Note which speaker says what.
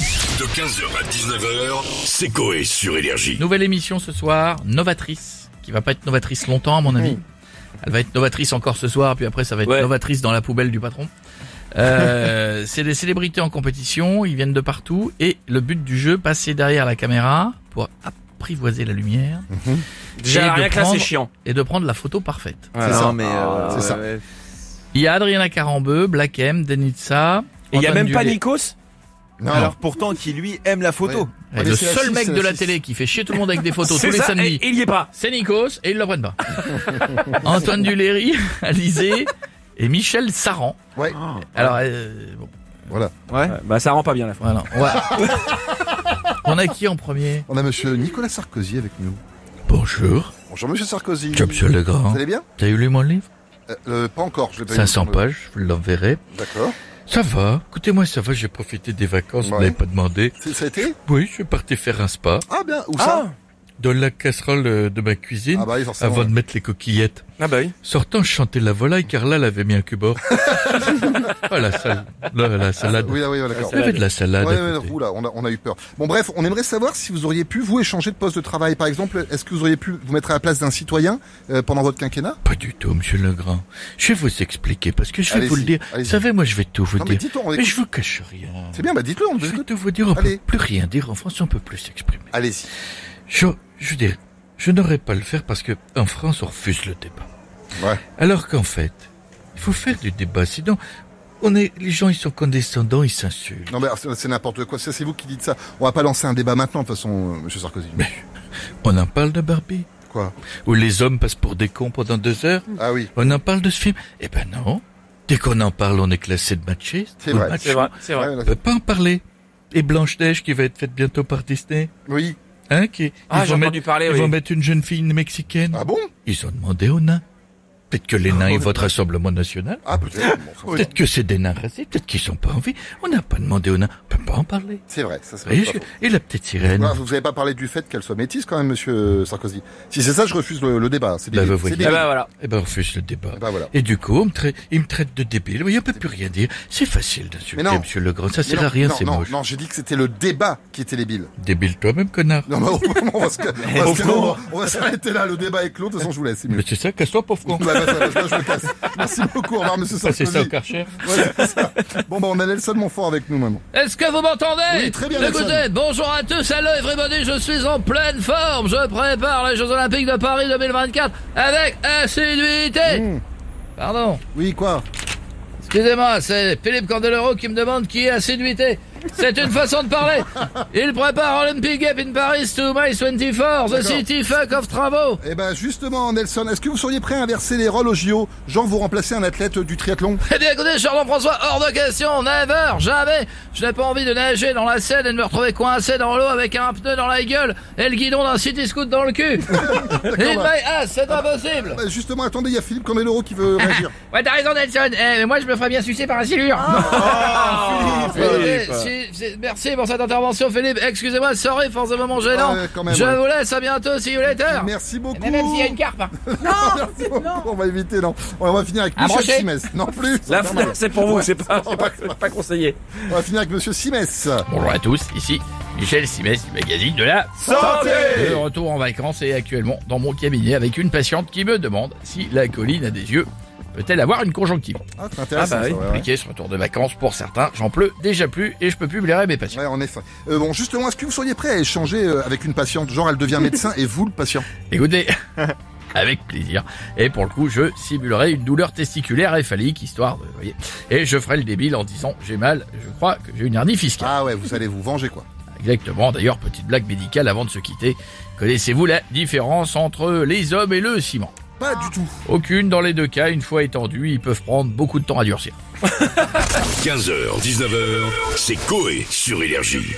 Speaker 1: De 15h à 19h, c'est Coé sur Énergie.
Speaker 2: Nouvelle émission ce soir, novatrice, qui va pas être novatrice longtemps à mon avis. Elle va être novatrice encore ce soir, puis après ça va être
Speaker 3: Ouais.
Speaker 2: novatrice dans la poubelle du patron. Euh, c'est des célébrités en compétition, ils viennent de partout, et le but du jeu, passer derrière la caméra pour apprivoiser la lumière Et
Speaker 3: Mhm.
Speaker 2: de
Speaker 3: Déjà, rien que là,
Speaker 2: prendre-
Speaker 3: c'est chiant.
Speaker 2: et de prendre la photo parfaite.
Speaker 3: non,
Speaker 4: ça.
Speaker 3: mais,
Speaker 4: Ah,
Speaker 3: euh,
Speaker 4: c'est ça.
Speaker 2: Il y a Adriana Carambeu, Black M, Denitsa.
Speaker 3: Et il y a
Speaker 2: Antoine
Speaker 3: même pas
Speaker 2: Dulé.
Speaker 3: Nikos
Speaker 4: Non,
Speaker 2: Alors,
Speaker 4: alors,
Speaker 5: Alors pourtant qui lui aime la photo.
Speaker 4: Ouais.
Speaker 2: Et Le
Speaker 4: c'est la
Speaker 2: seul
Speaker 4: six,
Speaker 2: mec
Speaker 4: c'est
Speaker 2: de
Speaker 4: la
Speaker 2: la
Speaker 4: six.
Speaker 2: télé qui fait chier tout le monde avec des photos tous
Speaker 3: C'est
Speaker 2: les
Speaker 3: ça,
Speaker 2: samedis.
Speaker 3: et il y est pas.
Speaker 2: C'est Nikos et ils le prennent pas. Antoine Duléry, Alizé et Michel Saran. Ah.
Speaker 4: ouais,
Speaker 2: Alors, euh, bon,
Speaker 4: voilà.
Speaker 3: Bah, ça rend pas bien la fois.
Speaker 2: voilà. On, va- On a qui en premier
Speaker 4: On a monsieur Nicolas Sarkozy avec nous.
Speaker 2: Bonjour,
Speaker 4: Bonjour monsieur Sarkozy.
Speaker 2: Legrand.
Speaker 4: Vous allez bien
Speaker 2: T'as eu lu mon livre
Speaker 4: Euh, euh, Pas encore, je l'ai pas eu.
Speaker 2: pages, je vous l'enverrai.
Speaker 4: D'accord.
Speaker 2: Ça va, écoutez-moi, ça va, j'ai profité des vacances,
Speaker 4: vous Ouais. m'avez
Speaker 2: pas demandé.
Speaker 4: C'est- Ça a été
Speaker 2: Oui, je suis parti faire un spa
Speaker 4: Ah bien, où ça
Speaker 2: dans la casserole euh, de ma cuisine
Speaker 4: Ah bah oui, forcément.
Speaker 2: de mettre les coquillettes.
Speaker 3: Ah bah oui.
Speaker 2: Sortant, je chantais la volaille car là, elle avait mis un cube or. ah, la, sal- la, la salade.
Speaker 4: Oui, ah oui, d'accord.
Speaker 2: Il y avait de la salade.
Speaker 4: Ouais,
Speaker 2: à
Speaker 4: ouais,
Speaker 2: côté.
Speaker 4: oula, on a, on a eu peur. Bon bref, on aimerait savoir si vous auriez pu vous échanger de poste de travail. Par exemple, est-ce que vous auriez pu vous mettre à la place d'un citoyen euh, pendant votre quinquennat
Speaker 2: Pas du tout, monsieur Legrand. Je vais vous expliquer parce que je vais
Speaker 4: Allez-y,
Speaker 2: vous le dire. Vous
Speaker 4: allez-y.
Speaker 2: savez, moi, je vais tout vous
Speaker 4: Non mais
Speaker 2: dire.
Speaker 4: dites-le, on
Speaker 2: mais
Speaker 4: écoute.
Speaker 2: je vous cache rien.
Speaker 4: C'est bien, bah dites-le, on
Speaker 2: Je
Speaker 4: vous
Speaker 2: vais
Speaker 4: écoute.
Speaker 2: tout vous dire. On
Speaker 4: Allez.
Speaker 2: peut plus rien dire. En France, on peut plus s'exprimer.
Speaker 4: Allez-y.
Speaker 2: Je, je dirais, je n'aurais pas le faire parce que en France, on refuse le débat.
Speaker 4: Ouais.
Speaker 2: Alors qu'en fait, il faut faire du débat. Sinon, on est, les gens, ils sont condescendants, ils s'insultent.
Speaker 4: Non mais alors, c'est c'est n'importe quoi, Ça, c'est vous qui dites ça. On va pas lancer un débat maintenant de toute façon, euh, monsieur Sarkozy.
Speaker 2: Mais- On en parle de Barbie.
Speaker 4: Quoi
Speaker 2: Où les hommes passent pour des cons pendant deux heures.
Speaker 4: Ah oui,
Speaker 2: On en parle de ce film Eh ben non. Dès qu'on en parle, on est classé de machiste.
Speaker 4: C'est
Speaker 2: ou de
Speaker 4: vrai,
Speaker 2: macho.
Speaker 3: C'est vrai, c'est vrai.
Speaker 4: Ouais,
Speaker 2: On
Speaker 4: là-
Speaker 2: peut pas en parler. Et Blanche-Neige qui va être faite bientôt par Disney.
Speaker 4: oui.
Speaker 2: Hein, qui,
Speaker 3: Ah,
Speaker 2: ils,
Speaker 3: j'ai
Speaker 2: vont
Speaker 3: entendu
Speaker 2: mettre,
Speaker 3: parler,
Speaker 2: ils vont
Speaker 3: oui.
Speaker 2: mettre une jeune fille mexicaine.
Speaker 4: Ah bon
Speaker 2: Ils ont demandé aux nains. Peut-être que les nains, ils votent Rassemblement National.
Speaker 4: Ah peut-être. Bon, ça,
Speaker 2: Peut-être que c'est des nains racistes. Peut-être qu'ils sont pas en vie. On n'a pas demandé aux nains. On peut pas en parler.
Speaker 4: C'est vrai, ça c'est
Speaker 2: Vous voyez
Speaker 4: vrai.
Speaker 2: ce que- Et la petite sirène.
Speaker 4: Voilà, vous n'avez pas parlé du fait qu'elle soit métisse quand même, monsieur Sarkozy. Si c'est ça, je refuse le, le débat. C'est
Speaker 2: Bah,
Speaker 4: débile.
Speaker 2: vous voyez.
Speaker 4: C'est
Speaker 3: Eh
Speaker 4: débile.
Speaker 3: bah voilà.
Speaker 2: Eh ben, on refuse le débat.
Speaker 4: Eh ben, voilà.
Speaker 2: Et du coup, on me traite, il me traite de débile. Il n'y a pas plus rien à dire. C'est facile d'insulter,
Speaker 4: Mais non.
Speaker 2: monsieur Legrand. Ça
Speaker 4: Mais
Speaker 2: sert à rien,
Speaker 4: non,
Speaker 2: c'est
Speaker 4: non,
Speaker 2: moche.
Speaker 4: non, j'ai dit que c'était le débat qui était débile.
Speaker 2: Débile toi-même, connard.
Speaker 4: Non, mais au on va se, on va se-
Speaker 3: Au fond.
Speaker 4: on va s'arrêter là. Le débat est clos. De toute façon, je vous laisse. C'est mieux.
Speaker 2: Mais c'est ça, casse-toi, pauvre con.
Speaker 4: Bah, bah, ça, bah, je me casse. Merci beaucoup. Au revoir, monsieur
Speaker 2: Ça, c'est
Speaker 4: Sarkozy.
Speaker 2: ça au Karcher.
Speaker 4: Ouais, c'est ça. Bon, bah, on a Nelson Montfort avec nous maintenant.
Speaker 2: Est-ce que vous m'entendez
Speaker 4: Oui, très bien,
Speaker 2: Le
Speaker 4: Nelson.
Speaker 2: Good Head, bonjour à tous, hello everybody, je suis en pleine forme. Je prépare les Jeux Olympiques de Paris 2024 avec assiduité.
Speaker 4: Mmh.
Speaker 2: Pardon.
Speaker 4: Oui, quoi
Speaker 2: Excusez-moi, c'est Philippe Candeloro qui me demande qui est assiduité. C'est une façon de parler. Il prépare Olympic Gap in Paris to May 24, the
Speaker 4: D'accord.
Speaker 2: city fuck of travaux.
Speaker 4: Eh ben, justement, Nelson, est-ce que vous seriez prêt à inverser les rôles au JO Genre, vous remplacez un athlète du triathlon
Speaker 2: Eh bien écoutez, Charles François, hors de question, never, jamais. Je n'ai pas envie de nager dans la Seine et de me retrouver coincé dans l'eau avec un pneu dans la gueule et le guidon d'un city scoot dans le cul. In
Speaker 4: bah.
Speaker 2: my ass, c'est impossible.
Speaker 4: Bah, Justement, attendez, il y a Philippe Candeloro qui veut réagir.
Speaker 2: Ouais, t'as raison, Nelson. Eh, mais moi, je me ferais bien sucer par la silure.
Speaker 4: Ah.
Speaker 2: Écoutez, si- si- merci pour cette intervention, Philippe. Excusez-moi, sorry pour ce moment gênant.
Speaker 4: Ouais, quand même,
Speaker 2: Euh, je
Speaker 4: ouais.
Speaker 2: vous laisse, à bientôt, see you later.
Speaker 4: Merci beaucoup.
Speaker 2: Mais Même s'il y a une carpe. hein.
Speaker 4: Merci beaucoup. On va éviter, non. Ouais, On va finir avec
Speaker 2: Un brochet.
Speaker 4: Michel Simès. Non plus.
Speaker 3: La
Speaker 4: Ça va mal.
Speaker 3: c'est pour vous, c'est pas, c'est pas, c'est pas conseillé.
Speaker 4: On va finir avec Monsieur Simès.
Speaker 2: Bonjour à tous, ici Michel Simès du magazine de la Santé De retour en vacances et actuellement dans mon cabinet avec une patiente qui me demande si la colline a des yeux. Peut-elle avoir une conjonctivite
Speaker 4: Ah, c'est intéressant.
Speaker 3: Ah bah oui.
Speaker 4: ça, ouais, ouais.
Speaker 2: Compliqué ce retour de vacances pour certains, j'en pleut déjà plus et je peux plus blairer mes patients.
Speaker 4: Ouais, en effet. Euh, bon, justement, est-ce que vous seriez prêt à échanger euh, avec une patiente Genre, elle devient médecin et vous le patient.
Speaker 2: Écoutez, avec plaisir. Et pour le coup, je simulerai une douleur testiculaire et phallique, histoire de... vous voyez. Et je ferai le débile en disant j'ai mal, je crois que j'ai une hernie fiscale.
Speaker 4: Ah ouais, vous allez vous venger, quoi.
Speaker 2: Exactement. D'ailleurs, petite blague médicale avant de se quitter. Connaissez-vous la différence entre les hommes et le ciment
Speaker 4: Pas du tout.
Speaker 2: Aucune dans les deux cas. Une fois étendus, ils peuvent prendre beaucoup de temps à durcir.
Speaker 1: 15h, 19h, c'est Coé sur Énergie.